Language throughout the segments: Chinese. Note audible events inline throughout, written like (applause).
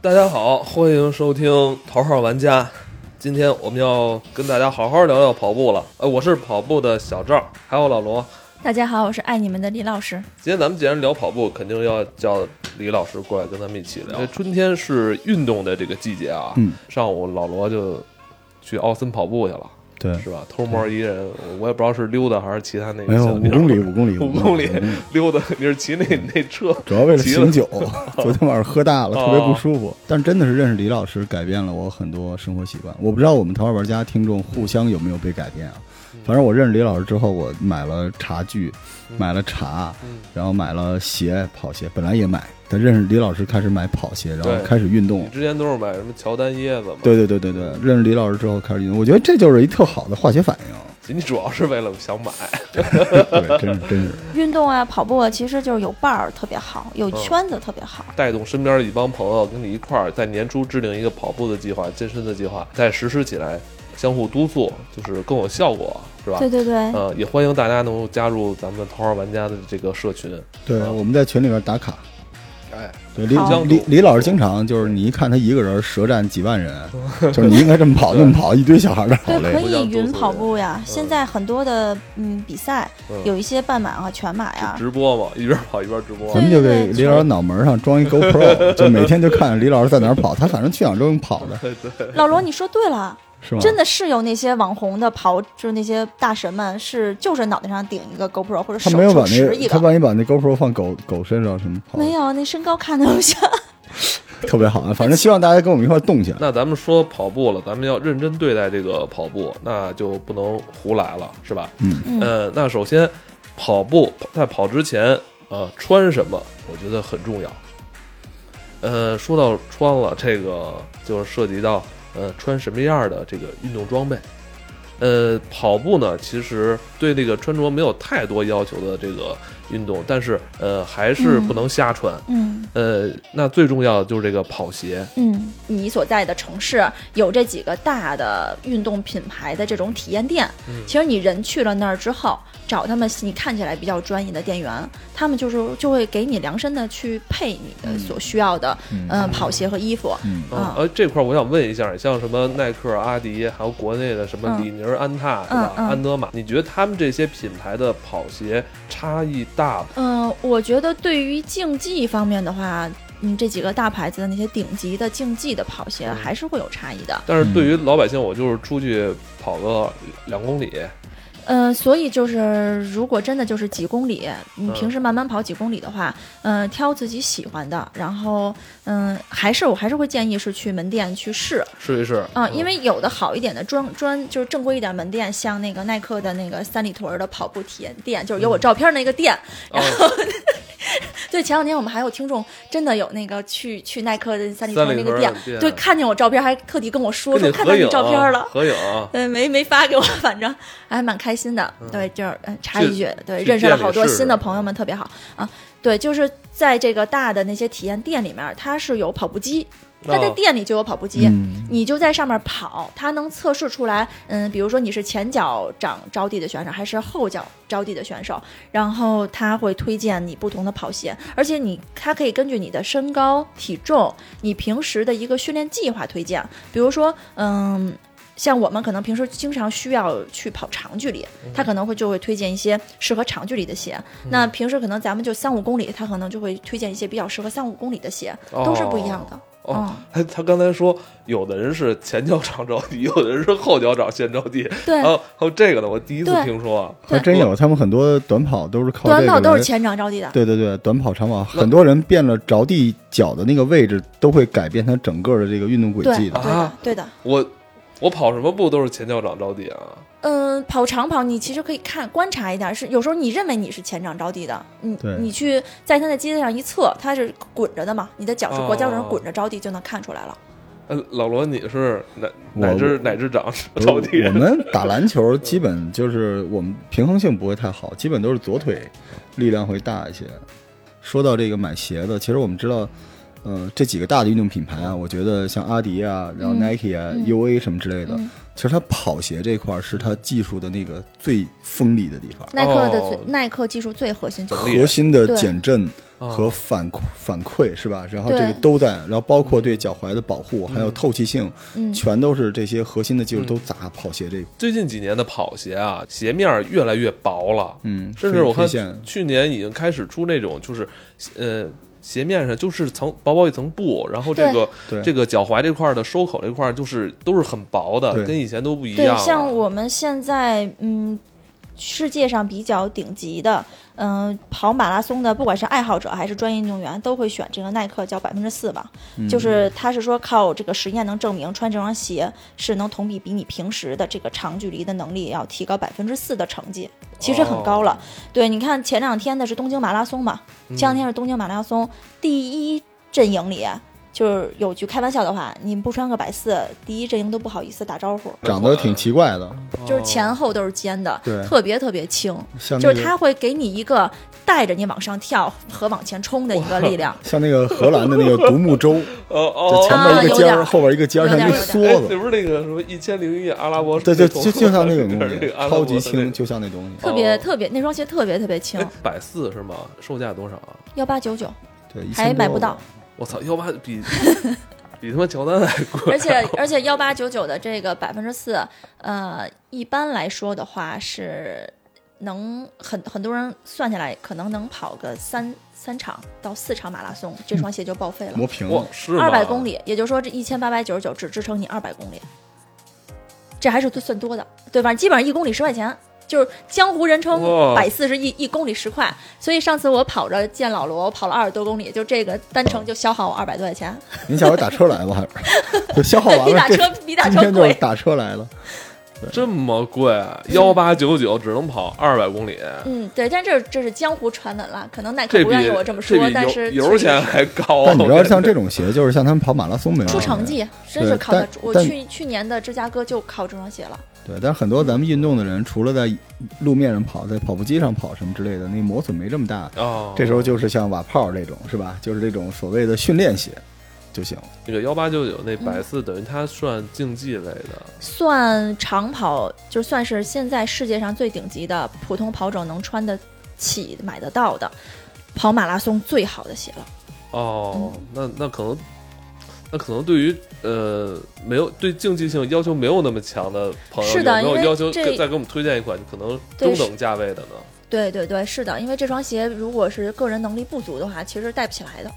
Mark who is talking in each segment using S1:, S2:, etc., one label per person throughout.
S1: 大家好，欢迎收听《头号玩家》。今天我们要跟大家好好聊聊跑步了。呃，我是跑步的小赵，还有老罗。
S2: 大家好，我是爱你们的李老师。
S1: 今天咱们既然聊跑步，肯定要叫李老师过来跟咱们一起聊。这春天是运动的这个季节啊。
S3: 嗯
S1: 上午老罗就去奥森跑步去了，
S3: 对，
S1: 是吧？偷摸一人，我也不知道是溜达还是骑他那个
S3: 没有
S1: 小
S3: 五
S1: 自行车
S3: 公里，五公
S1: (laughs) 五
S3: 里，
S1: 公里
S3: 五公
S1: 溜达，你是骑那那车？
S3: 主要为了
S1: 骑
S3: 醒酒，昨天晚上喝大了，
S1: 哦
S3: 特别不舒服。但真的是认识李老师，改变了我很多生活习惯。我不知道我们《桃花玩家》听众互相有没有被改变啊？
S1: 嗯
S3: 反正我认识李老师之后，我买了茶具，买了茶，
S1: 嗯
S3: 然后买了鞋，跑鞋本来也买，但认识李老师开始买跑鞋，然后
S1: 对
S3: 开始运动
S1: 你。 (laughs) 之前都是买什么乔丹椰子嘛？
S3: 对对对对对，认识李老师之后开始运动，我觉得这就是一特好的化学反应。
S1: (laughs) 你主要是为了想买。
S3: 对，真是真是，
S2: 运动啊，跑步啊，其实就是有伴儿特别好，有
S1: 哦
S2: 圈子特别好。
S1: 带动身边的一帮朋友跟你一块儿，在年初制定一个跑步的计划、健身的计划，再实施起来，相互督促，就是更有效果，是吧？
S2: 对对对，
S1: 呃，也欢迎大家能够加入咱们头号玩家的这个社群。
S3: 对，我们在群里边打卡。
S1: 哎，
S3: 对，李
S2: 好
S3: 李李老师经常就是你一看他一个人舌战几万人，就是你应该这么跑那么跑，一堆小孩儿在跑
S2: 对，可
S3: 嘞。
S1: 互相
S2: 以
S1: 督促
S2: 云跑
S1: 的
S2: 步呀。现在很多的嗯比赛
S1: 嗯，
S2: 有一些半马和全马呀。
S1: 直播嘛，一边跑一边直播
S3: 咱。们就给李老师脑门上
S2: (laughs)
S3: 装一 GoPro，就每天就看李老师在哪儿跑，他反正去哪儿都能跑的，
S1: (laughs)
S2: 老罗，你说对了，
S3: 是吗？
S2: 真的是有那些网红的跑，就是那些大神们是就是脑袋上顶一个 GoPro 或者
S3: 他
S2: 手
S3: 没有把
S2: 手持一
S3: 那他
S2: 个，
S3: 万一把那 GoPro 放狗狗身上什么跑，
S2: 没有那身高看的不像。
S3: 特别好啊。反正希望大家跟我们一块儿动起来。
S1: 那咱们说跑步了，咱们要认真对待这个跑步，那就不能胡来了，是吧？
S3: 嗯，
S2: 嗯，
S1: 嗯，那首先，跑步在跑之前，呃，穿什么，我觉得很重要。呃，说到穿了，这个就是涉及到呃穿什么样的这个运动装备。呃，跑步呢，其实对这个穿着没有太多要求的这个运动，但是呃还是不能瞎穿。
S2: 嗯
S1: 呃，那最重要的就是这个跑鞋，
S2: 嗯，你所在的城市有这几个大的运动品牌的这种体验店，其实你人去了那儿之后，找他们你看起来比较专业的店员，他们就是就会给你量身的去配你的所需要的，嗯、跑鞋和衣服。
S3: 嗯
S1: 啊
S2: 啊，
S1: 呃，这块儿我想问一下，像什么耐克、阿迪，还有国内的什么
S2: 嗯
S1: 李宁、安踏，是吧？
S2: 嗯嗯
S1: 安德玛，你觉得他们这些品牌的跑鞋差异大吗？
S2: 嗯、我觉得对于竞技方面的话，嗯，这几个大牌子的那些顶级的竞技的跑鞋还是会有差异的。
S1: 但是对于老百姓，我就是出去跑个两公里，
S2: 嗯，所以就是，如果真的就是几公里，你
S1: 嗯
S2: 平时慢慢跑几公里的话，嗯、挑自己喜欢的，然后嗯、还是我还是会建议是去门店去试
S1: 试一试
S2: 啊、因为有的好一点的专专就是正规一点门店，像那个耐克的那个三里屯的跑步体验店，就是
S1: 嗯
S2: 有我照片那个店。
S1: 哦，
S2: 对，前两天我们还有听众真的有那个去去耐克的三里
S1: 三
S2: 屯
S1: 里
S2: 那个
S1: 屯
S2: 店
S1: 的，店
S2: 对，看见我照片还特地跟 (laughs) 我说
S1: 跟
S2: 说
S1: 你
S2: 看
S1: 合
S2: 到你
S1: 影
S2: 照片了
S1: 啊，。
S2: (laughs)
S1: 合影啊。
S2: 对，呃没没发给我， (laughs) 反正还蛮开心的。对，就是呃插一句，对，
S1: 嗯去
S2: 认识了
S1: 店里
S2: 好多
S1: 试试嗯
S2: 新的朋友们，特别好啊。对，就是在这个大的那些体验店里面，它是有跑步机，它在
S1: 哦
S2: 店里就有跑步机。
S3: 嗯，
S2: 你就在上面跑，它能测试出来，嗯，比如说你是前脚掌着地的选手还是后脚着地的选手，然后它会推荐你不同的跑鞋，而且你它可以根据你的身高、体重、你平时的一个训练计划推荐，比如说，嗯。像我们可能平时经常需要去跑长距离，它可能会就会推荐一些适合长距离的鞋。那平时可能咱们就三五公里，它可能就会推荐一些比较适合三五公里的鞋，都是不一样的。
S1: 哦，他他刚才说，有的人是前脚掌着地，有的人是后脚掌先着地，
S2: 嗯对
S1: 还有还有这个呢，我第一次
S2: 对
S1: 听说啊。
S3: 还真有，他们很多短跑都是靠
S2: 短
S3: 这
S2: 跑
S3: 个
S2: 都
S3: 来
S2: 是前掌着地的，
S3: 对对对，短跑、长跑，
S1: 那
S3: 很多人变了着地脚的那个位置，都会改变他整个的这个运动轨迹的。
S2: 对的
S1: 啊，
S2: 对的。
S1: 我我跑什么步都是前脚掌着地啊。
S2: 嗯，跑长跑你其实可以看观察一点，是有时候你认为你是前掌着地的，你
S3: 对
S2: 你去在它的机子上一测，它是滚着的嘛，你的脚是
S1: 哦
S2: 国脚掌滚着着地就能看出来了。
S1: 呃，老罗，你是哪
S3: 我
S1: 哪只哪只掌
S3: 不是
S1: 着地？
S3: 我们打篮球基本就是我们平衡性不会太好，基本都是左腿力量会大一些。说到这个买鞋子，其实我们知道，呃，这几个大的运动品牌啊，我觉得像阿迪啊，然后
S2: 嗯
S3: Nike 啊、
S2: 嗯
S3: UA 什么之类的，
S2: 嗯
S3: 其实它跑鞋这块儿是它技术的那个最锋利的地方，
S2: 耐克的最
S1: 哦
S2: 耐克技术最核心就是
S1: 厉害哦
S3: 核心的
S2: 对
S3: 减震和反馈反馈是吧？然后这个都在，然后包
S1: 嗯
S3: 括对脚踝的保护，还有透气性，
S2: 嗯
S3: 全都是这些核心的技术
S1: 嗯
S3: 都砸跑鞋这一块。
S1: 最近几年的跑鞋啊，鞋面儿越来越薄了，
S3: 嗯，
S1: 甚至我看
S3: 推荐
S1: 去年已经开始出那种，就是呃鞋面上就是层薄薄一层布，然后这个
S3: 对
S1: 这个脚踝这块儿的收口这块儿就是都是很薄的，
S3: 对
S1: 跟以前都不一样啊了。
S2: 对，像我们现在，嗯，世界上比较顶级的，嗯、跑马拉松的，不管是爱好者还是专业运动员，都会选这个耐克叫百分之四吧。
S1: 嗯
S2: 就是他是说靠这个实验能证明，穿这双鞋是能同比比你平时的这个长距离的能力要提高百分之四的成绩，其实很高了。
S1: 哦
S2: 对，你看前两天的是东京马拉松嘛，前两天是东京马拉松、第一阵营里。就是有句开玩笑的话，你不穿个百四，第一阵营都不好意思打招呼。
S3: 长得挺奇怪的，
S2: 就是前后都是尖的，
S3: 哦对
S2: 特别特别轻，
S3: 像
S2: 就
S3: 那
S2: 是
S3: 个
S2: 它会给你一个带着你往上跳和往前冲的一个力
S3: (laughs)
S2: 量。
S3: 像那个荷兰的那个独
S2: (laughs)
S3: 木舟，
S1: 哦
S3: 就
S1: 哦，
S3: 前面
S2: 啊有
S3: 一个尖
S2: 点
S3: 儿，
S2: 儿
S3: 后边一个尖儿，
S2: 有
S3: 像
S2: 点
S3: 一
S2: 儿
S3: 个梭
S1: 哎那
S3: 子。
S1: 不是那个什么一千零一夜阿拉伯，
S3: 对，就就就像那
S1: (laughs)
S3: 种东
S1: 那
S3: 西
S1: 个阿，拉伯
S3: 超
S1: 的
S3: 级
S1: 那
S3: 轻，
S1: 个
S3: 就像那东西。
S2: 特别
S1: 哦
S2: 特别，那双鞋特别特别轻
S3: 呃
S1: 哎，百四是吗？售价多少啊？
S2: 幺八九九，
S3: 对，一
S2: 还
S3: 千
S2: 买
S3: 多
S2: 不到。
S1: 我操，幺八
S2: (laughs)
S1: 比比他妈乔丹还贵。
S2: 而且
S3: (laughs)
S2: 而且幺八九九的这个百分之四，呃，一般来说的话是能很很多人算下来，可能能跑个三三场到四场马拉松，这
S3: 嗯
S2: 双鞋就报废了
S3: 磨。平
S1: 哇
S3: 了，，
S1: 嗯是吗
S2: 二百公里，也就是说这一千八百九十九只支撑你二百公里，这还是算多的，对吧？基本上一公里十块钱，就是江湖人称
S1: 哇
S2: 百四十一一公里十块。所以上次我跑着见老罗，我跑了二十多公里，就这个单程就消耗我二百多块钱，
S3: 您下回打车来吧，还是 (laughs) 就消耗
S2: 对
S3: 完
S2: (laughs)
S1: (laughs)
S2: 比打。
S3: 了这
S2: 车比打
S3: 今
S2: 车
S3: 天就是
S2: 贵。
S3: 打车来了，
S1: 这么贵，幺八九九只能跑二百公里，
S2: 嗯，对，但这这是江湖传闻了，可能耐
S1: 这
S2: 克
S1: 比
S2: 不愿意我这么
S1: 这
S2: 说，
S1: 比
S2: 但
S1: 油
S2: 是
S1: 油钱还高。
S3: 但你知道像这种鞋，就是像他们跑马拉松没有
S2: 出成绩真
S3: 对
S2: 是靠它
S3: 但。
S2: 我
S3: 但
S2: 去去年的芝加哥就靠这双鞋了。
S3: 对，但是很多咱们运动的人，除了在路面上跑，在跑步机上跑什么之类的，那磨损没这么大。
S1: 哦，
S3: 这时候就是像瓦炮这种，是吧？就是这种所谓的训练鞋就行了。
S1: 那个幺八九九那
S2: 嗯
S1: 百四等于它算竞技类的，
S2: 算长跑，就算是现在世界上最顶级的普通跑者能穿得起、买得到的，跑马拉松最好的鞋了。
S1: 哦，
S2: 嗯
S1: 那那可能，那可能对于呃没有对竞技性要求没有那么强的朋友，
S2: 是的
S1: 有没
S2: 因
S1: 有
S2: 为
S1: 要求
S2: 这
S1: 给再给我们推荐一款可能
S2: 对
S1: 中
S2: 是
S1: 等价位的呢？
S2: 对对对，是的，因为这双鞋如果是个人能力不足的话，其实带不起来的。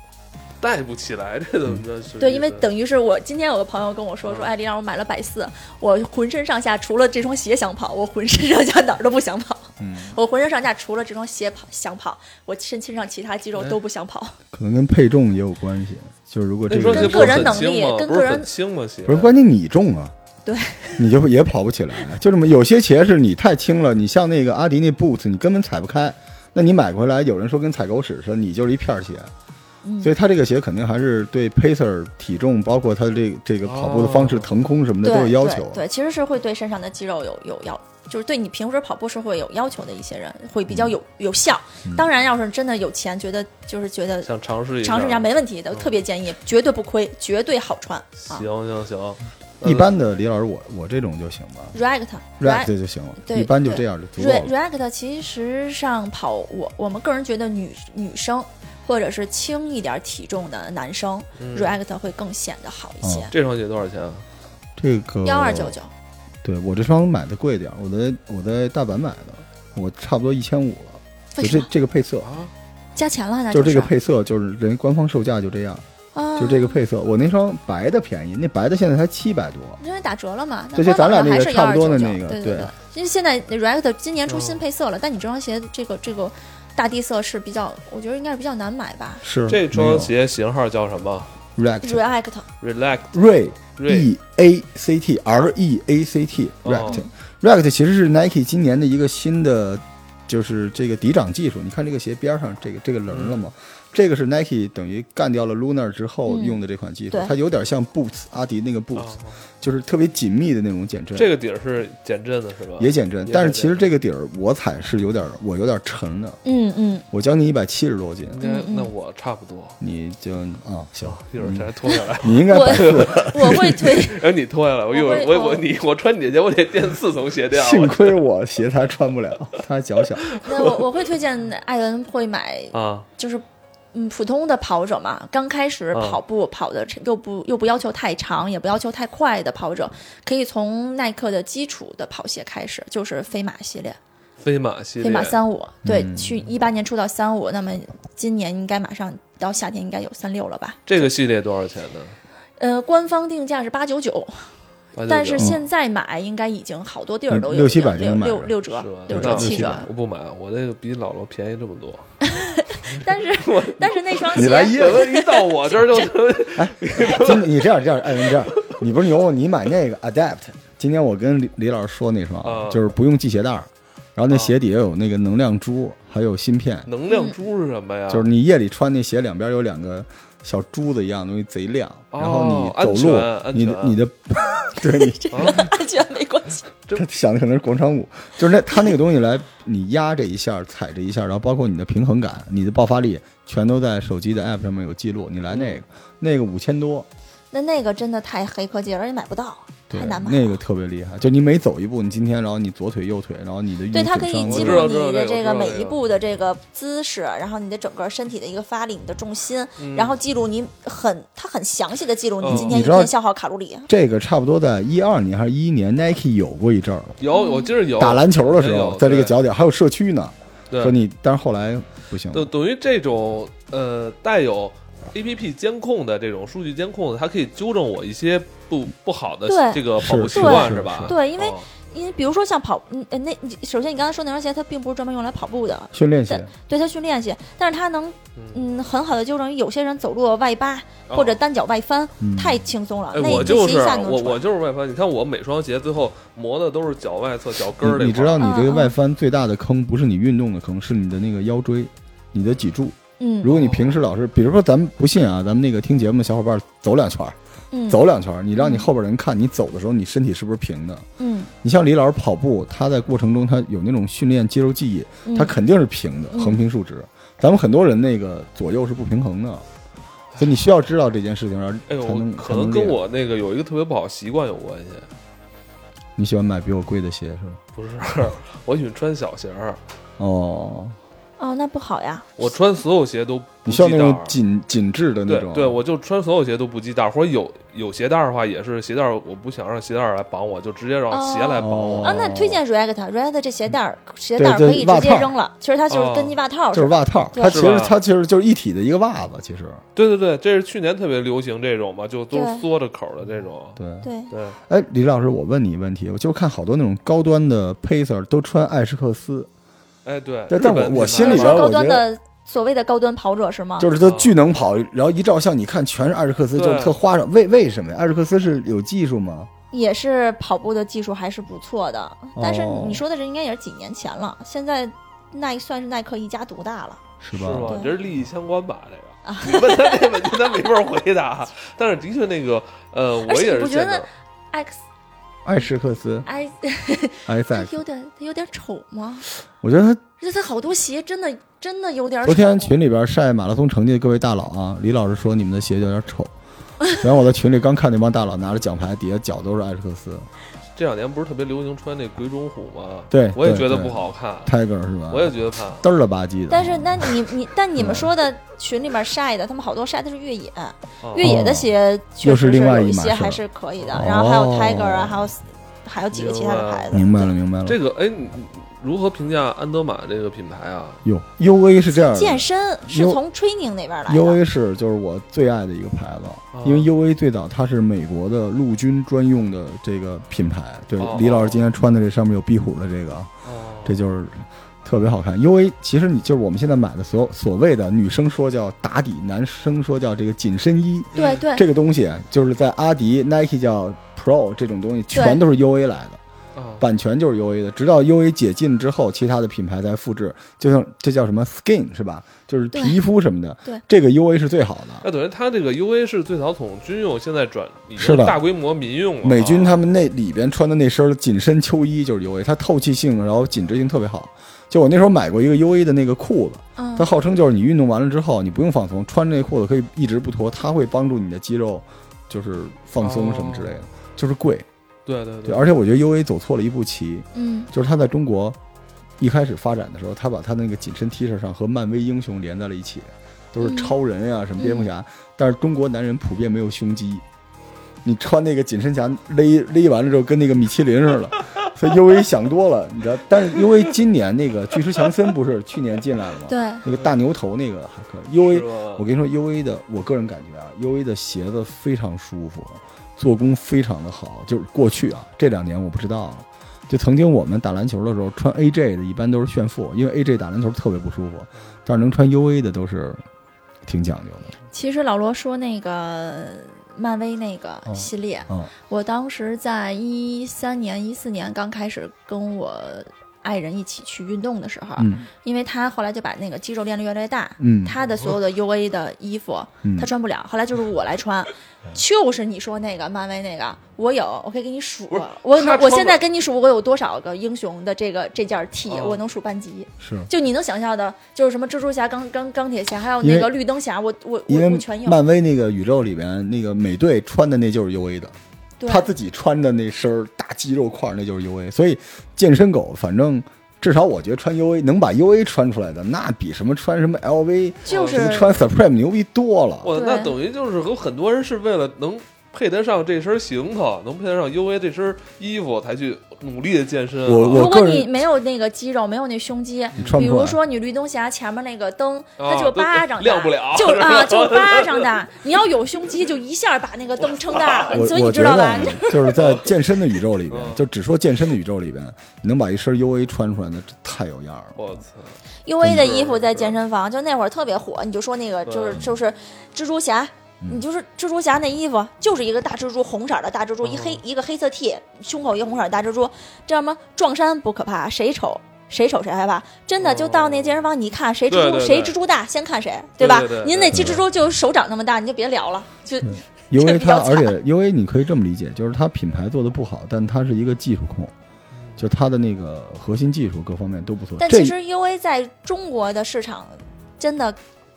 S1: 带不起来，
S3: 嗯
S1: 这怎么着是？
S2: 对，因为等于是我今天有个朋友跟我说说，
S1: 嗯
S2: 哎艾丽让我买了百四，我浑身上下除了这双鞋想跑，我浑身上下哪儿都不想跑，
S3: 嗯，
S2: 我浑身上下除了这双鞋跑想跑，我身体上其他肌肉都不想跑。
S3: 可能跟配重也有关系。就是如果这
S1: 那双鞋
S2: 跟
S1: 不
S2: 个
S1: 是
S2: 人
S1: 很
S2: 能
S1: 轻
S2: 力
S1: 吗？
S2: 跟
S1: 不是
S2: 个人
S1: 很轻吗？鞋
S3: 不是关键你重啊，
S2: 对，
S3: 你就也跑不起来。就这么有些鞋是你太轻了，你像那个阿迪那 Boots，你根本踩不开。那你买回来，有人说跟踩狗屎似的，你就是一片儿鞋。
S2: 嗯
S3: 所以他这个鞋肯定还是对 pacer 体重，包括他这这个跑步的方式、
S1: 哦
S3: 腾空什么的
S2: 对
S3: 都有要求。啊
S2: 对。对，其实是会对身上的肌肉有有要，就是对你平时跑步是会有要求的一些人，会比较
S3: 嗯
S2: 有、有效。当然，要是真的有钱，觉得就是觉得
S1: 想尝试一
S2: 尝试一下没问题的，
S1: 嗯
S2: 特别建议，绝对不亏，绝对好穿啊
S1: 行。行行，
S3: 一般的李老师，我我这种就行吧
S2: React
S3: ，rack 就行了，
S2: 对
S3: 一般就这样就足够
S2: Re
S3: 了。
S2: React 其实上跑，我我们个人觉得女女生或者是轻一点体重的男生、
S1: 嗯
S2: React 会更显得好一
S3: 哦
S2: 些。
S1: 这双鞋多少钱啊？
S3: 这个
S2: 幺二九，九，
S3: 对我这双买的贵点儿，我在我在大阪买的，我差不多一千五了。
S2: 为
S3: 就
S2: 什
S3: 这
S2: 么
S3: 这个配色，
S1: 啊，
S2: 加钱了？那
S3: 就是
S2: 是
S3: 这个配色，就是人官方售价就这样，
S2: 啊，
S3: 就这个配色。我那双白的便宜，那白的现在才七百多。
S2: 因为打折了嘛，
S3: 对
S2: 那
S3: 就咱俩
S2: 官网上
S3: 那个
S2: 还是
S3: 差不多的
S2: 1299
S3: 那个
S2: 对
S3: 对
S2: 对。因为现在 React 今年出新配色了，但你这双鞋这个这个大地色是比较，我觉得应该是比较难买吧。
S3: 是
S1: 这双鞋型号叫什么
S3: React
S2: React
S1: ？Relax
S3: Ray
S1: Ray
S3: E A C T R E A C T
S1: 哦
S3: React、React 其实是 Nike 今年的一个新的，就是这个底掌技术。你看这个鞋边上这个这个棱了
S1: 嗯
S3: 吗？这个是 Nike 等于干掉了 Lunar 之后
S2: 嗯
S3: 用的这款技术，
S2: 对
S3: 它有点像 Boots 阿迪那个 Boots，、
S1: 哦
S3: 就是特别紧密的那种减震。
S1: 这个底儿是减震的是吧？
S3: 也减震，
S1: 也
S3: 但是
S1: 减
S3: 其实
S1: 震嗯
S3: 这个底儿我踩是有点儿，我有点儿沉的，
S2: 嗯嗯，
S3: 我将近一百七十多斤，
S1: 应该
S2: 嗯嗯
S1: 那我差不多，
S3: 你就啊行，
S1: 哦一会儿咱脱下来。 (laughs)
S3: 你应该
S2: 我
S3: 百四，
S2: 我会推， (laughs)
S1: 哎，你脱下来，我一会儿
S2: 我会哦
S1: 我我
S2: 我
S1: 你我穿你的鞋，我得垫四层鞋垫。啊
S3: 幸亏我鞋才穿不了，它还脚小，
S2: 那我我会推荐艾文会买，
S1: 我啊，
S2: 就是嗯普通的跑者嘛，刚开始
S1: 嗯
S2: 跑步跑的又不又不要求太长，也不要求太快的跑者，可以从耐克的基础的跑鞋开始，就是飞马系列，
S1: 飞马系列，
S2: 飞马三五，对，
S3: 嗯
S2: 去一八年出到三五，那么今年应该马上到夏天应该有三六了吧？
S1: 这个系列多少钱呢？
S2: 呃，官方定价是八九九，
S1: 八九
S2: 但是
S1: 九
S2: 现在买应该已经好多地儿都有
S3: 嗯六七百就能买
S2: 六
S3: 着
S2: 六折
S1: 是吧、
S2: 六
S1: 那
S2: 折、七折。
S1: 我不买，我那个比老罗便宜这么多。
S2: 但是
S1: (laughs)
S2: 但是那 (laughs) 双
S3: 你来一
S2: 鞋，
S1: 怎么一到我这儿就 (laughs)
S3: (laughs) 今你这样这样，哎，你这样，你不是牛，你买那个 Adapt。今天我跟李李老师说那双啊
S1: 啊，
S3: 就是不用系鞋带儿，然后那鞋底下有那个能量珠，还有芯片，
S1: 能量珠是什么呀？
S3: 就是你夜里穿那鞋两边有两个小珠子一样的东西，贼亮。
S1: 哦
S3: 然后你走路，
S1: 安全
S3: 你
S1: 安
S3: 的
S1: 全 (laughs)
S3: 你的，对你 (laughs)
S2: 安全没关系。
S3: 他想的可能是广场舞，就是那他那个东西来，你压这一下，踩这一下，然后包括你的平衡感、你的爆发力，全都在手机的 app 上面有记录。你来
S1: 嗯
S3: 那个，那个五千多，
S2: 那那个真的太黑科技了，而且买不到，
S3: 对
S2: 太难，买了。
S3: 那个特别厉害。就你每走一步，你今天，然后你左腿、右腿，然后你的运
S2: 对，
S3: 动
S2: 它可以
S3: 嗯伤
S2: 记
S1: 我知道
S2: 录
S1: 知道
S2: 你的
S1: 这个我
S2: 这个
S1: 知道
S2: 每
S1: 这
S2: 一
S1: 个
S2: 步的这个姿势，然后你的整个身体的一个发力、你的重心，然后记录你很它很详细的记录你
S1: 嗯
S2: 今天一
S3: 你知道
S2: 天消耗卡路里。
S3: 这个差不多在一二年还是一一年，Nike 有过一阵儿，
S1: 有，我记得有
S3: 打篮球的时
S1: 有
S3: 候，
S1: 对
S3: 在这个脚底还有社区呢。
S1: 对
S3: 说你，但是后来不行了，
S1: 等等于这种呃带有 A P P 监控的这种数据监控的，它可以纠正我一些不不好的
S2: 对
S1: 这个跑步
S3: 是
S1: 习惯
S3: 是
S1: 吧？
S2: 对因为
S1: 哦
S2: 因为比如说像跑，嗯，呃那你首先你刚才说那双鞋，它并不是专门用来跑步的，
S3: 训练鞋。
S2: 对它训练鞋，但是它能，嗯，很好的纠正于有些人走路外八
S1: 哦
S2: 或者单脚外翻，
S3: 嗯
S2: 太轻松了。
S1: 哎，
S2: 那
S1: 我
S2: 那
S1: 就是
S2: 鞋一下就能
S1: 我
S2: 出来
S1: 我就是外翻，你看我每双鞋最后磨的都是脚外侧脚跟儿
S3: 你
S1: 这
S3: 你知
S1: 块儿
S3: 道，你这个
S2: 嗯嗯
S3: 外翻最大的坑不是你运动的坑，是你的那个腰椎，你的脊柱。
S2: 嗯
S3: 如果你平时老是，比如说咱们不信啊，咱们那个听节目的小伙伴走两圈儿，
S2: 嗯
S3: 走两圈儿，你让你后边人看你走的时候，你身体是不是平的？
S2: 嗯
S3: 你像李老师跑步，他在过程中他有那种训练肌肉记忆，
S2: 嗯
S3: 他肯定是平的，
S2: 嗯
S3: 横平竖直。咱们很多人那个左右是不平衡的，所以你需要知道这件事情，然后
S1: 哎呦，
S3: 才能
S1: 可
S3: 才
S1: 能跟
S3: 练
S1: 我那个有一个特别不好习惯有关系。
S3: 你喜欢买比我贵的鞋是吧？
S1: 不是， (laughs) 我喜欢穿小鞋儿，
S3: 哦，
S2: 哦，那不好呀。
S1: 我穿所有鞋都不
S3: 你需要
S1: 系
S3: 那
S1: 带
S3: 种
S1: 儿
S3: 紧紧致的那
S1: 对
S3: 种。
S1: 对，我就穿所有鞋都不系带儿，或者有有鞋带儿的话，也是鞋带儿，我不想让鞋带儿来绑我，就直接让鞋来绑我。
S3: 哦
S2: 啊，那推荐 React，React 这鞋带儿，鞋
S3: 对
S2: 带儿
S3: 这
S2: 可以直
S3: 袜
S2: 接
S3: 套
S2: 扔了。其实它就是
S1: 哦
S2: 跟一袜套
S3: 就
S2: 似
S3: 是
S2: 的。
S3: 袜套，
S2: 对
S3: 它其
S1: 是
S3: 实
S1: 吧
S3: 它其实就是一体的一个袜子，其实
S1: 对对对，这是去年特别流行这种嘛，就都
S2: 对
S1: 是缩着口儿的这种。
S3: 对。
S2: 对，
S1: 对，
S3: 哎，李老师，我问你一问题，我就看好多那种高端的 Pacer 都穿艾什克斯，
S1: 哎对。
S3: 但
S1: 日
S3: 但
S1: 本
S3: 我
S1: 品
S3: 我
S1: 牌
S3: 心
S2: 你
S3: 里
S1: 的
S3: 边
S2: 说
S3: 儿
S2: 高
S3: 我
S2: 端
S3: 觉得
S2: 的所谓的高端跑者是吗？
S3: 就是都
S1: 啊
S3: 巨能跑，然后一照相你看全是艾什克斯，就
S1: 对
S3: 是特花哨。为为什么呀？艾什克斯是有技术吗？
S2: 也是跑步的技术还是不错的，但是
S3: 哦
S2: 你说的这应该也是几年前了，现在耐算是耐克一家独大了。
S3: 是
S1: 是
S3: 吧？
S1: 吗？
S2: 对
S1: 这是利益相关吧？
S2: 啊
S1: 这个，你问他这问题，他没法回答。但是的确，那个呃，
S2: 而
S1: 我
S2: 且
S1: 也
S2: 你不
S1: 是
S2: 觉得
S1: 见着，
S2: X
S3: 艾什克斯
S2: I
S3: (laughs) 艾
S2: 它
S3: 赛，
S2: 哎有点它有点丑吗？
S3: 我觉得他
S2: 而且它好多鞋真的真的有点丑。
S3: 昨天群里边晒马拉松成绩的各位大佬啊，李老师说你们的鞋有点 (laughs) 丑，然后我在群里刚看那帮大佬拿着奖牌，底下脚都是艾什克斯
S1: 这两年不是特别流行穿那鬼冢虎吗？
S3: 对
S1: 我也
S3: 对
S1: 觉得
S3: 对
S1: 不好看，
S3: ，Tiger 是吧？
S1: 我也觉得怕。
S3: 嘚儿了吧唧的。
S2: 但是那你你但你们说的群里面晒的，他们好多晒的是越野，
S1: 啊
S2: 越野的鞋确
S3: 哦又
S2: 实
S3: 是另外
S2: 有
S3: 一
S2: 一
S3: 码事
S2: 些
S3: 儿
S2: 还是可以的，
S3: 哦
S2: 然后还有 Tiger 啊，还有还有几个其他的牌子。
S3: 明白了，明白了。
S1: 这个哎，你你如何评价安德玛这个品牌啊？
S3: 哟，U A 是这样的，
S2: 健身是
S3: U-
S2: 从 training 那边来的
S3: U A 是就是我最爱的一个牌子
S1: 哦，
S3: 因为 U A 最早它是美国的陆军专用的这个品牌。对
S1: 哦，
S3: 李老师今天穿的这上面有壁虎的这个，
S1: 哦
S3: 这就是特别好看。U A 其实你就是我们现在买的所有所谓的女生说叫打底，男生说叫这个紧身衣，
S2: 对对，
S3: 这个东西啊就是在阿迪、Nike 叫 Pro 这种东西全都是 U A 来
S1: 啊
S3: 的。版权就是 U A 的，直到 U A 解禁之后，其他的品牌才复制。就像这叫什么 skin 是吧？就是
S2: 对
S3: 皮肤什么的。
S2: 对
S3: 这个 U A 是最好的。
S1: 那等于它这个 UA 是最早从军用，现在转已
S3: 是
S1: 经
S3: 的
S1: 大规模民用了啊。
S3: 美军他们那里边穿的那身紧身秋衣就是 U A，它透气性然后紧致性特别好。就我那时候买过一个 U A 的那个裤子，
S2: 嗯
S3: 它，号称就是你运动完了之后你不用放松，穿这裤子可以一直不脱，它会帮助你的肌肉就是放松什么之类
S2: 哦
S3: 的，就是贵。
S1: 对对
S3: 对，而且我觉得 U A 走错了一步棋，
S2: 嗯
S3: 就是他在中国一开始发展的时候，他把他那个紧身 T 恤上和漫威英雄连在了一起，都是超人呀、什么蝙蝠侠，但是中国男人普遍没有胸肌。你穿那个紧身侠勒勒完了之后，跟那个米其林似的，所以 U A 想多了，你知道。但是 U A 今年那个巨石强森不是去年进来了吗？
S2: 对，
S3: 那个大牛头那个还可以。U
S1: 是
S3: A
S1: 吧
S3: 我跟你说，U A 的，我个人感觉啊，U A 的鞋子非常舒服，做工非常的好。就是过去啊，这两年我不知道啊，就曾经我们打篮球的时候穿 A J 的，一般都是炫富，因为 A J 打篮球特别不舒服，
S2: 嗯
S3: 但是能穿 U A 的都是挺讲究的。
S2: 其实老罗说那个漫威那个
S3: 哦
S2: 系列，
S3: 嗯，
S2: 我当时在一三年、一四年刚开始跟我爱人一起去运动的时候，
S3: 嗯
S2: 因为他后来就把那个肌肉练得越来越大，
S3: 嗯
S2: 啊他的所有的 U A 的衣服
S3: 嗯
S2: 他穿不了，后来就是我来穿，就是你说那个漫威那个，我有，我可以给你数
S1: 不是，
S2: 我
S1: 他穿过
S2: 我现在跟你数我有多少个英雄的这个这件 T，
S1: 哦
S2: 我能数半级。
S3: 是。
S2: 就你能想象的，就是什么蜘蛛侠、钢钢钢铁侠，还有
S3: 因
S2: 那
S3: 为
S2: 个绿灯侠，我我
S3: 因
S2: 我我
S3: 为
S2: 全有。
S3: 漫威那个宇宙里边，那个美队穿的那就是 U A 的，
S2: 对，
S3: 他自己穿的那身儿大肌肉块儿，那就是 U A。所以健身狗，反正至少我觉得穿 U A 能把 U A 穿出来的，那比什么穿什么 L V、
S2: 就
S3: 什
S2: 是
S3: 么穿 Supreme 牛逼多了。
S1: 哇，
S2: 对
S1: 那等于就是有很多人是为了能配得上这身行头，能配得上 U A 这身衣服，才去努力的健身啊。
S3: 我我
S2: 如果
S3: 个
S2: 你
S3: 人
S2: 没有那个肌肉，没有那胸肌，
S3: 你穿
S2: 比
S3: 不
S2: 如
S3: 出来。
S2: 说你绿灯侠前面那个灯，
S1: 啊
S2: 它就巴
S1: 对
S2: 掌大，
S1: 亮不了
S2: 就是
S1: 吧 (laughs)
S2: 啊，就巴掌大。你要有胸肌，就一下把那个灯撑大了，
S3: 我
S2: 所以你
S3: 我
S2: 知
S3: 觉
S2: 道
S3: 得
S2: 吧 (laughs)
S3: 啊？就是在健身的宇宙里边，
S1: 嗯
S3: 就只说健身的宇宙里边，你能把一身 U A 穿出来，那这太有样儿了。
S1: 我操，
S2: U A 的衣服在健身房，就那会儿特别火。你就说那个就是就是蜘蛛侠，
S1: 嗯
S2: 你就是蜘蛛侠那衣服就是一个大蜘蛛，红色的大蜘蛛，一
S1: 嗯
S2: 黑一个黑色 T，胸口一个红色的大蜘蛛，这样吗？撞衫不可怕，谁丑？谁丑谁害怕？真的，就到那健身房，你看谁蜘
S1: 哦对
S2: 蛛
S1: 对对
S2: 谁蜘蛛大，先看谁，吧
S1: 对对对？对嗯
S2: 您那鸡蜘蛛就手掌那么大，你就别聊了，就
S3: 因为
S2: 这比较
S3: 它，
S2: 惨
S3: 而且因为你可以这么理解，就是它品牌做的不好，但它是一个技术控，就它的那个核心技术各方面都不错。
S2: 但
S3: 这
S2: 其实 U A 在中国的市场真的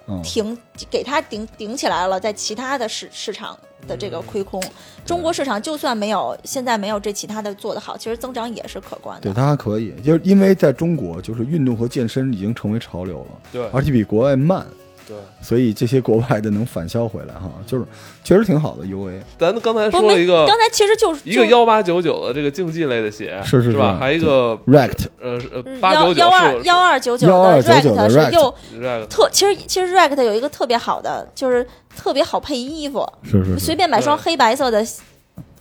S3: 嗯，
S2: 挺给它顶顶起来了，在其他的市市场的这个亏空，
S1: 嗯
S2: 中国市场就算没有现在没有这其他的做得好，其实增长也是可观
S3: 对，
S2: 的。
S3: 它还可以，就是因为在中国，就是运动和健身已经成为潮流了，
S1: 对
S3: 而且比国外慢，
S1: 对，
S3: 所以这些国外的能返销回来哈，就是确实挺好的 U A。
S1: 咱刚才
S2: 不
S1: 说
S2: 是
S1: 了一
S2: 没
S1: 个
S2: 刚才其实就是
S1: 一个
S2: 就
S1: 幺八九九的这个竞技类的鞋，
S3: 是
S1: 是
S3: 是
S1: 吧？
S3: 是
S1: 还有一个
S3: Rect
S1: 呃是呃
S2: 嗯
S1: 八九
S2: 幺
S1: 九
S2: 幺二幺二九九的
S3: 1299的
S2: Rack 是
S3: Rack
S2: 又
S1: 是这个
S2: 特，其实其实 Rack 有一个特别好的，就是特别好配衣服，
S3: 是是
S2: 随便买
S1: 嗯
S2: 双
S1: 对
S2: 黑白色的。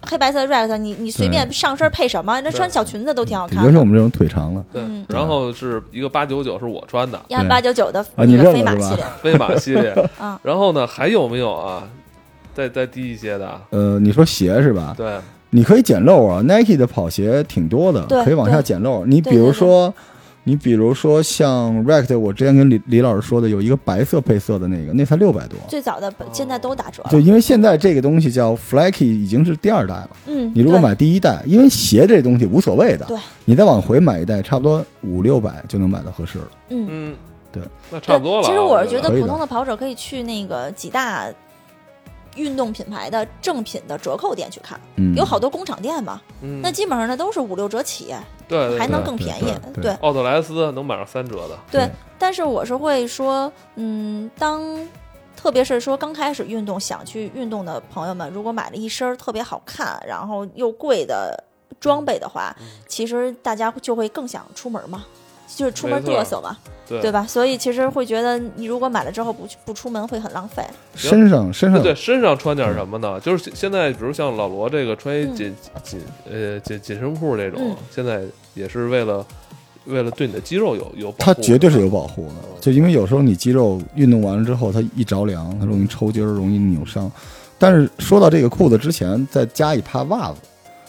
S2: 黑白色的 Rack，你你随便上身配什么，那
S1: 对
S2: 穿小裙子都挺好看
S3: 尤其
S2: 的。
S3: 我们这种腿长了
S1: 对
S2: 嗯，
S1: 然后是一个八九九是我穿的
S2: 一万
S3: 对
S2: 八九九的
S3: 啊你
S2: 那个
S3: 认
S2: 飞
S3: 了
S2: 马
S3: 是吧
S2: 系列，
S1: 飞马系
S3: (laughs)
S1: 列，
S2: 啊
S1: 然后呢还有没有啊？再再低一些的啊，
S3: 呃，你说鞋是吧？
S1: 对，
S3: 你可以捡漏啊，Nike 的跑鞋挺多的
S2: 对，
S3: 可以往下捡漏。你比如说，你比如说像 Rect，我之前跟李李老师说的，有一个白色配色的那个，那才六百多。
S2: 最早的现在都打折
S3: 就
S2: 了。
S3: 因为现在这个东西叫 Flaky，已经是第二代了。
S2: 嗯，
S3: 你如果
S2: 对
S3: 买第一代，因为鞋这东西无所谓的，
S2: 对
S3: 你再往回买一代，差不多五六百就能买到合适了。
S2: 嗯，
S1: 嗯，
S3: 对，
S1: 那差不多了啊。
S2: 其实我是
S1: 觉
S2: 觉得
S3: 可以
S2: 普
S3: 的
S2: 通的跑者可以去那个几大运动品牌的正品的折扣店去看，
S3: 嗯，
S2: 有好多工厂店嘛，
S1: 嗯
S2: 那基本上呢都是五六折起，
S1: 对对
S2: 还能
S1: 对
S2: 更
S3: 对
S2: 便
S3: 对
S2: 宜。
S3: 对
S2: 对
S1: 奥特莱斯能买上三折的，
S2: 对
S3: 对，
S2: 但是我是会说，嗯，当。特别是说刚开始运动想去运动的朋友们，如果买了一身儿特别好看，然后又贵的装备的话，
S1: 嗯
S2: 其实大家就会更想出门嘛，就是出门
S1: 没错
S2: 嘚瑟嘛，
S1: 对
S2: 对吧？所以其实会觉得你如果买了之后不去不出门会很浪费。
S3: 身上身上
S1: 对对，身上穿点什么呢？就是现现在，比如像老罗这个穿一紧紧呃紧紧身裤这种
S2: 嗯，
S1: 现在也是为了为了对你的肌肉有有保护。
S3: 它绝对是有保护的，就因为有时候你肌肉运动完了之后，它一着凉，它容易抽筋儿，容易扭伤。但是说到这个裤子之前，再加一帕袜子。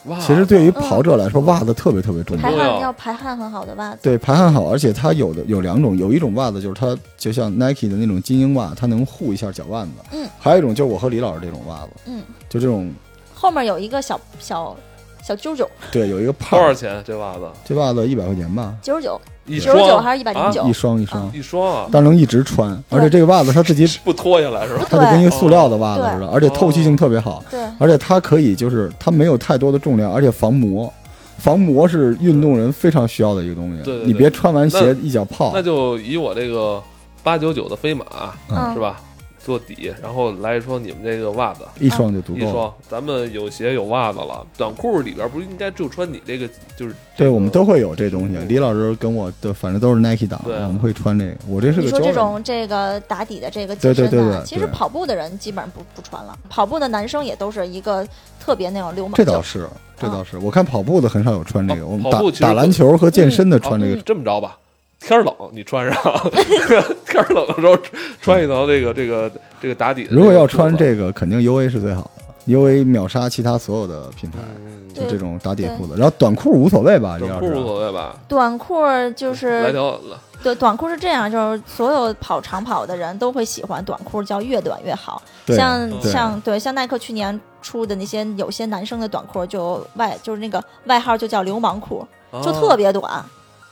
S1: 哇，
S3: 其实对于跑者来说，袜子特别特别重
S2: 排
S3: 要。
S1: 对
S2: 汗
S1: 啊
S2: 要排汗很好的袜子，
S3: 对，排汗好，而且它有的有两种，有一种袜子就是它就像 Nike 的那种精英袜，它能护一下脚腕子。
S2: 嗯，
S3: 还有一种就是我和李老师这种袜子，
S2: 嗯，
S3: 就这种
S2: 后面有一个小小小揪揪，
S3: (laughs) 对，有一个泡
S1: 多少钱这袜子？
S3: 这袜子一百块钱吧，
S2: 九十九，
S1: 一
S2: 九十九
S1: 双
S2: 还是一百零
S1: 啊
S2: 九
S3: 一？双一双，
S1: 一双啊，
S3: 但能一直穿，而且这个袜子它自己，
S1: 不脱下来是吧？
S3: 它就跟一个塑料的袜子似的，而且透气性特别好，
S2: 对，
S3: 而且它可以就是它没有太多的重量，而且防磨，防磨是运动人非常需要的一个东西。
S1: 对对对
S3: 你别穿完
S1: 那
S3: 鞋一脚泡
S1: 那。就以我这个八九九的飞马、啊
S4: 嗯
S1: 是吧？做底，然后来一双你们这个袜子，
S3: 一双就足
S1: 啊一
S3: 够了。
S1: 双，咱们有鞋有袜子了，短裤里边不应该就穿你这个，就是
S3: 对，我们都会有这东西。
S1: 嗯
S3: 李老师跟我的反正都是 Nike 党，
S1: 对啊
S3: 我们会穿这个。我这是
S2: 你
S3: 个
S2: 说
S3: Jordan
S2: 这种这个打底的这个
S3: 对
S2: 紧
S3: 对
S2: 身
S3: 对
S2: 的
S3: 对，
S2: 其实
S3: 对
S2: 跑步的人基本上不不穿了。跑步的男生也都是一个特别那种流氓
S3: 这
S2: 劲儿。
S3: 倒是，这
S2: 啊
S3: 倒是。我看跑步的很少有穿这个，
S1: 跑
S3: 我们
S1: 哦跑
S3: 打
S1: 步其实
S3: 打篮球和健身的穿这个
S1: 啊。这么着吧。天儿冷，你穿上； (laughs) 天儿冷的时候穿一条这个这个这个打底的个裤子。
S3: 如果要穿这个，肯定 UA 是最好的，UA 秒杀其他所有的品牌，
S1: 嗯，
S2: 对
S3: 就这种打底裤子。然后短裤无所谓吧，李
S1: 短
S3: 老
S1: 裤无
S3: 师。
S1: 所谓吧？
S2: 短裤儿就
S1: 来
S2: 是
S1: 条啊
S2: 对短裤是这样，就是所有跑长跑的人都会喜欢短裤，叫越短越好。
S3: 对
S2: 像
S1: 对
S2: 像对像耐克去年出的那些有些男生的短裤，就外就是那个外号就叫流氓裤，就特
S1: 别
S2: 别短，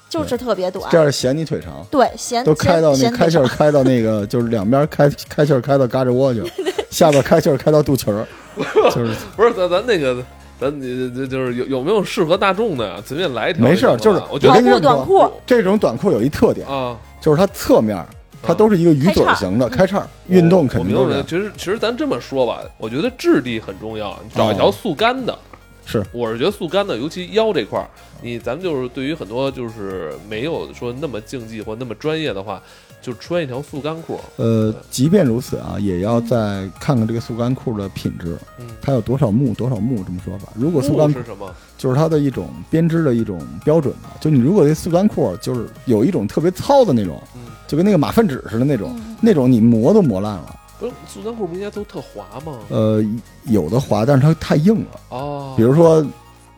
S2: 就是特别短
S3: 这。样显你腿长，
S2: 对，显
S3: 都开到那
S2: 显显
S3: 开气
S2: 腿
S3: 儿
S2: 长
S3: 开到那个就是两边开开气儿开到胳肢窝去了，下边开气儿开到肚脐儿，
S1: (laughs)
S3: 就是
S1: 不是咱咱那个咱你这就是有有没有适合大众的呀？随便来一条
S3: 没
S1: 就
S3: 事
S1: 行
S3: 儿。
S1: 了。
S3: 就是
S1: 我觉
S3: 我
S1: 得
S3: 跟你
S2: 跑步
S3: 这么
S2: 短
S3: 说
S2: 裤
S3: 这种短裤有一特点，
S1: 啊，
S3: 就是它侧面它都是一个鱼嘴儿型的开叉，运动肯定
S1: 我
S3: 都
S1: 明
S3: 是
S1: 白。
S3: 这样。
S1: 其实其实咱这么说吧，我觉得质地很重要，你找一条速干的。
S3: 哦是，
S1: 我是觉得速干的，尤其腰这块儿，你咱们就是对于很多就是没有说那么竞技或那么专业的话，就穿一条速干裤。
S3: 呃，即便如此啊，也要再看看这个速干裤的品质，
S1: 嗯，
S3: 它有多少目多少目这么说法。如果速干
S1: 布
S3: 裤
S1: 是什么？
S3: 就是它的一种编织的一种标准吧，就你如果这速干裤就是有一种特别糙的那种
S1: 嗯，
S3: 就跟那个马粪纸似的那种
S2: 嗯，
S3: 那种你磨都磨烂了。
S1: 不是速干裤不应该都特滑吗？
S3: 呃，有的滑，但是它太硬了。
S1: 哦，
S3: 啊比如说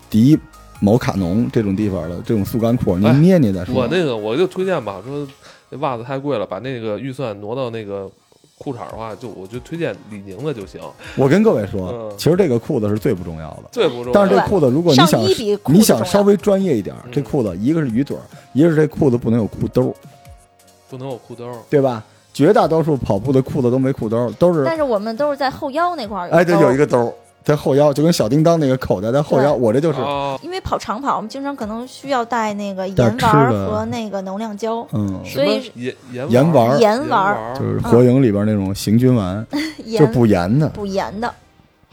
S3: 迪某卡农这种地方的这种速干裤，你
S1: 哎
S3: 捏捏再
S1: 我
S3: 说。
S1: 那个我就推荐吧，说那袜子太贵了，把那个预算挪到那个裤衩儿的话，就我就推荐李宁的就行，
S3: 我跟各位说
S1: 嗯，
S3: 其实这个裤子是最不重要的。
S1: 最不重要。
S3: 但是这
S2: 对
S3: 裤子，如果你想
S2: 上衣比裤子
S3: 你想
S2: 重要
S3: 稍微专业一点儿，
S1: 嗯
S3: 这裤子一个是鱼嘴儿，一个是这裤子不能有裤兜儿，
S1: 不能有裤兜儿，
S3: 对吧？绝大多数跑步的裤子都没裤兜儿，都是
S2: 但是我们都是在后腰那块儿有
S3: 哎，对，
S2: 兜儿
S3: 有一个兜儿在后腰，就跟小叮当那个口袋在后腰，
S2: 对
S3: 我这就是
S1: 啊，
S2: 因为跑长跑，我们经常可能需要带那个
S3: 带
S2: 盐
S3: 吃
S2: 丸儿
S3: 的
S2: 和那个能量胶，
S3: 嗯，
S1: 什
S2: 所
S1: 么
S2: 以
S1: 盐盐
S3: 盐
S1: 丸
S3: 丸
S1: 儿
S3: 儿，
S2: 盐丸儿，
S1: 儿
S3: 就是火影里边那种行军丸，就
S2: 嗯盐
S3: 补
S2: (laughs)
S3: 盐的。
S2: 补盐的，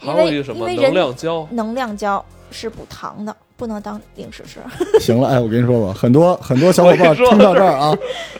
S2: 因
S1: 还有
S2: 为
S1: 一个什
S2: 因
S1: 么
S2: 为
S1: 能
S2: 人
S1: 量胶，
S2: 能量胶是补糖的，不能当零食吃。
S3: 行了，哎，我跟你说吧，很多很多小伙伴
S1: 我跟你说
S3: 听到这儿啊，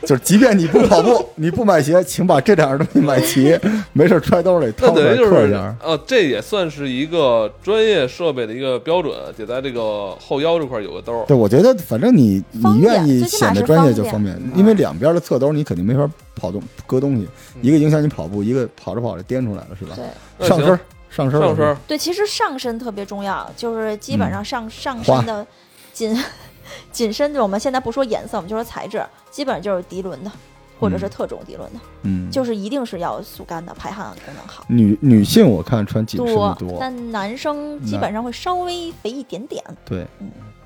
S3: 就是即便你不跑步，你不买鞋，请把这两样东西买齐，没事儿揣兜里
S1: 那
S3: 掏出
S1: 等
S3: 来
S1: 于就
S3: 嗑一
S1: 是
S3: 下儿。
S1: 啊，这也算是一个专业设备的一个标准，得在这个后腰这块儿有个兜儿。
S3: 对，我觉得反正你你
S2: 方便
S3: 愿意
S2: 最起码
S3: 显得
S2: 是
S3: 专业
S2: 方
S3: 就
S2: 便嗯
S3: 方便，因为两边的侧兜你肯定没法跑动搁东西，
S2: 嗯
S3: 一个影响你跑步，一个跑着跑着颠出来了是吧？
S2: 对
S1: 那
S3: 上
S1: 行
S3: 身儿上身儿
S1: 上身儿，
S2: 对，其实上身特别重要，就是基本上上、上
S3: 花
S2: 身的紧 (laughs) 紧身，我们现在不说颜色，我们就说材质，基本上就是涤纶的。或者是
S3: 嗯
S2: 特种涤纶的，
S3: 嗯，
S2: 就是一定是要速干的，排汗功能好。
S3: 女女性我看穿紧身的多，
S2: 但男生基本上会稍微肥一点点。
S3: 对，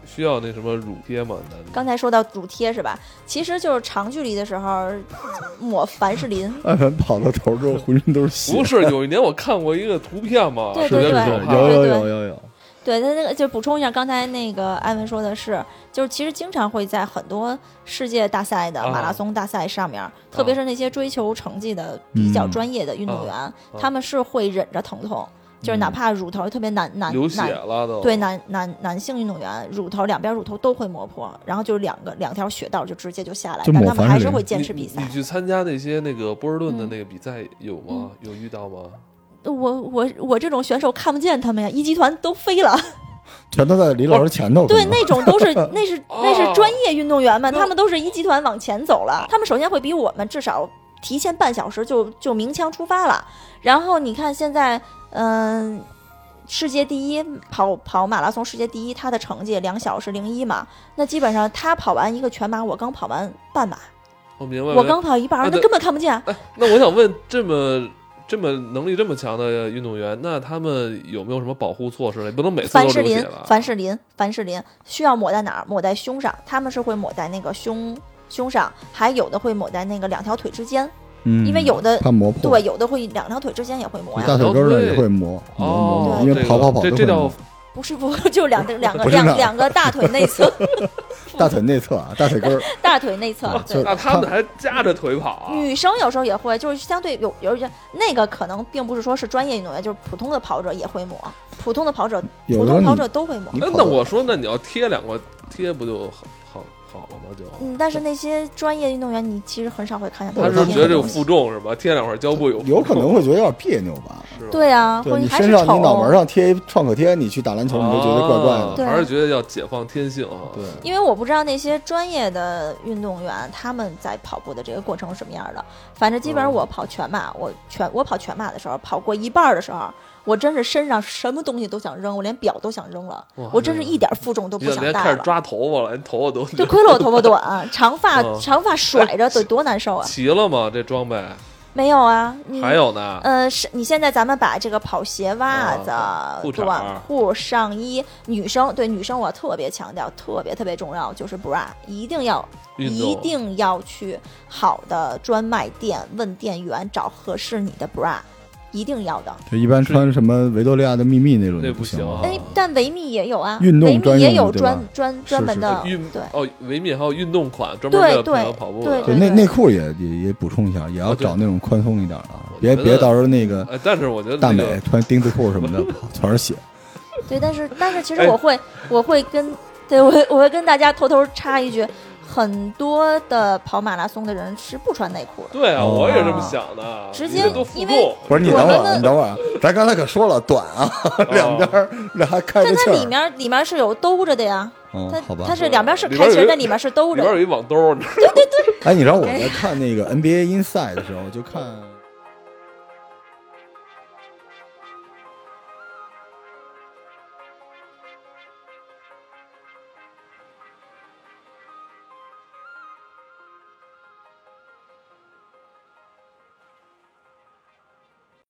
S1: 需要那什么乳贴吗？男的
S2: 刚才说到乳贴是吧？其实就是长距离的时候抹凡士林，
S3: 艾文跑到头之后浑身都是血，
S1: 不是，有一年我看过一个图片嘛，
S2: 对
S1: 特别
S2: 对
S1: 可
S2: 对
S1: 怕
S3: 有有
S2: 对
S3: 有有有，
S2: 对，他那个就补充一下，刚才那个艾文说的是，就是其实经常会在很多世界大赛的
S1: 啊
S2: 马拉松大赛上面，特别是那些追求成绩的比较专业的运动员，
S1: 啊
S2: 他们是会忍着疼痛，就是哪怕乳头特别难难
S1: 流血啊
S2: 难。
S1: 了都。
S2: 啊对男男男性运动员，乳头两边乳头都会磨破，然后就两个两条血道就直接就下来，
S3: 就
S2: 但
S3: 抹
S2: 他们
S3: 凡士
S2: 还是
S3: 林
S2: 会坚持
S1: 你
S2: 比赛
S1: 你。去参加那些那个波士顿的
S2: 嗯
S1: 那个比赛有吗？有遇到吗？
S2: 我我我这种选手看不见他们呀，一级团都飞了。
S3: 全都在李老师前头。
S2: 对，
S3: 可能
S2: 那种都是那是
S1: 哦
S2: 那是专业运动员们，
S1: 那
S2: 他们都是一集团往前走了，他们首先会比我们至少提前半小时就就鸣枪出发了。然后你看现在，嗯、世界第一跑跑马拉松世界第一，他的成绩两小时零一嘛，那基本上他跑完一个全马，我刚跑完半马，
S1: 我明白。
S2: 我刚跑一半
S1: 啊
S2: 儿，那
S1: 对
S2: 根本看不见。
S1: 哎，那我想问，这么这么能力这么强的运动员，那他们有没有什么保护措施呢？不能每次
S2: 凡
S1: 都啊
S2: 士
S1: 流血
S2: 林
S1: 吧？，
S2: 凡士林，凡士林需要抹在哪儿？抹在胸上，他们是会抹在那个胸胸上，还有的会抹在那个两条腿之间。
S3: 嗯
S2: 因为有的
S3: 怕磨破，
S2: 对，有的会两条腿之间也会磨
S3: 就
S2: 呀。
S3: 大腿根儿上也会磨磨磨
S1: 哦
S3: 嗯磨，，因为
S1: 这个
S3: 跑跑跑
S1: 这这
S3: 都会
S1: 叫
S3: 磨。
S2: 不是不 (laughs) 就两个两个
S3: 不是
S2: 两
S3: 那
S2: 两个大腿内
S3: (laughs)
S2: 侧，
S3: 大腿内
S2: (laughs)
S3: 侧啊，大腿根儿，
S2: 大腿内侧
S3: 啊，
S2: 对
S3: 就。
S1: 那他们还夹着腿跑啊？
S2: 女生有时候也会，就是相对有有一些那个可能并不是说是专业运动员，就是普通的跑者也会抹，普通的跑者，
S3: 有
S2: 普
S3: 时候
S2: 通
S3: 你
S2: 跑者都会抹。
S3: 你
S1: 那
S3: 跑
S1: 那
S3: 得
S1: 我说，那你要贴两个贴不就好好好了吗？就
S2: 嗯，但是那些专业运动员，你其实很少会看见
S1: 他
S2: 们
S1: 是
S2: 贴
S1: 觉得
S2: 那
S1: 有
S2: 东西
S1: 负重是吧？贴两块胶布有
S3: 有
S1: 有
S3: 可能会觉得有点别扭吧？
S2: 对啊，或者
S3: 对你
S2: 还
S3: 身
S2: 是
S3: 上
S2: 丑。
S3: 你脑门上贴一创可贴，你去打篮球你都觉得怪怪的。
S2: 对
S1: 哦还是觉得要解放天性啊？
S3: 对，
S2: 因为我不知道那些专业的运动员他们在跑步的这个过程是什么样的。反正基本上
S1: 嗯
S2: 我跑全马，我全我跑全马的时候，跑过一半儿的时候，我真是身上什么东西都想扔，我连表都想扔了，
S1: 哇
S2: 我真是
S1: 这个
S2: 一点负重都
S1: 你
S2: 不
S1: 看
S2: 想
S1: 连开
S2: 带
S1: 始
S2: 了。
S1: 抓头发了，连头发都
S2: 就亏了我头发
S1: (laughs)
S2: 短，啊长发
S1: 嗯
S2: 长发甩着得多难受啊！
S1: 齐了吗？这装备
S2: 没有啊，你
S1: 嗯还有呢？
S2: 呃，是你现在咱们把这个跑鞋、袜子、
S1: 啊裤衩儿
S2: 短裤、上衣，女生对女生我特别强调，特别特别重要，就是 bra，一定要
S1: 运
S2: 一
S1: 动
S2: 定要去好的专卖店问店员找合适你的 bra，一定要的。
S1: 哦
S3: 就一般穿什么维多利亚的秘密那种
S1: 那
S3: 就
S1: 不
S3: 行
S1: 行啊
S3: 了。
S2: 哎，但维密也有啊，
S3: 运动
S2: 维
S3: 专
S2: 密也
S3: 用
S2: 有
S3: 的对吧
S2: 专专专
S3: 是
S2: 门
S3: 是
S2: 的
S1: 运
S2: 对。
S1: 哦，维密还有运动款，专门为了
S2: 对对
S1: 配合跑步
S2: 对
S1: 的
S3: 对，。内内裤也也也补充一下，也要找那种宽松一点的啊
S1: 啊我，
S3: 别
S1: 觉得
S3: 别到时候那个
S1: 哎，但是我觉得
S3: 大
S1: 那
S3: 美
S1: 个
S3: 穿丁字裤什 (laughs) 么的，全是血。
S2: 对，
S1: (laughs)
S2: 但是但是其实
S1: 哎
S2: 我会、我会跟对我会我会跟大家偷偷插一句，很多的跑马拉松的人是不穿内裤的。
S1: 对啊，
S3: 哦
S1: 我也这么想的。啊
S2: 直
S1: 你
S2: 接
S1: 这都负
S2: 因为
S1: 重，
S3: 不是你
S2: 我
S3: 等会
S2: 们
S3: 儿啊，
S2: 的
S3: 你等会儿啊，咱刚才可说了短啊，两边儿那还开
S2: 但
S3: 着气
S2: 它里
S3: 儿。
S2: 面里面是有兜着的呀，
S3: 嗯
S2: 它，
S3: 好吧
S2: 它。是两边是
S1: 里边
S2: 开
S1: 有
S2: 裙
S1: 一，个
S2: 但里面是兜
S1: 里
S2: 着
S1: 边
S2: 的
S1: 有。一网兜儿，你知道吗
S3: 哎，你知道我在看那个 NBA Inside 的时候，就看。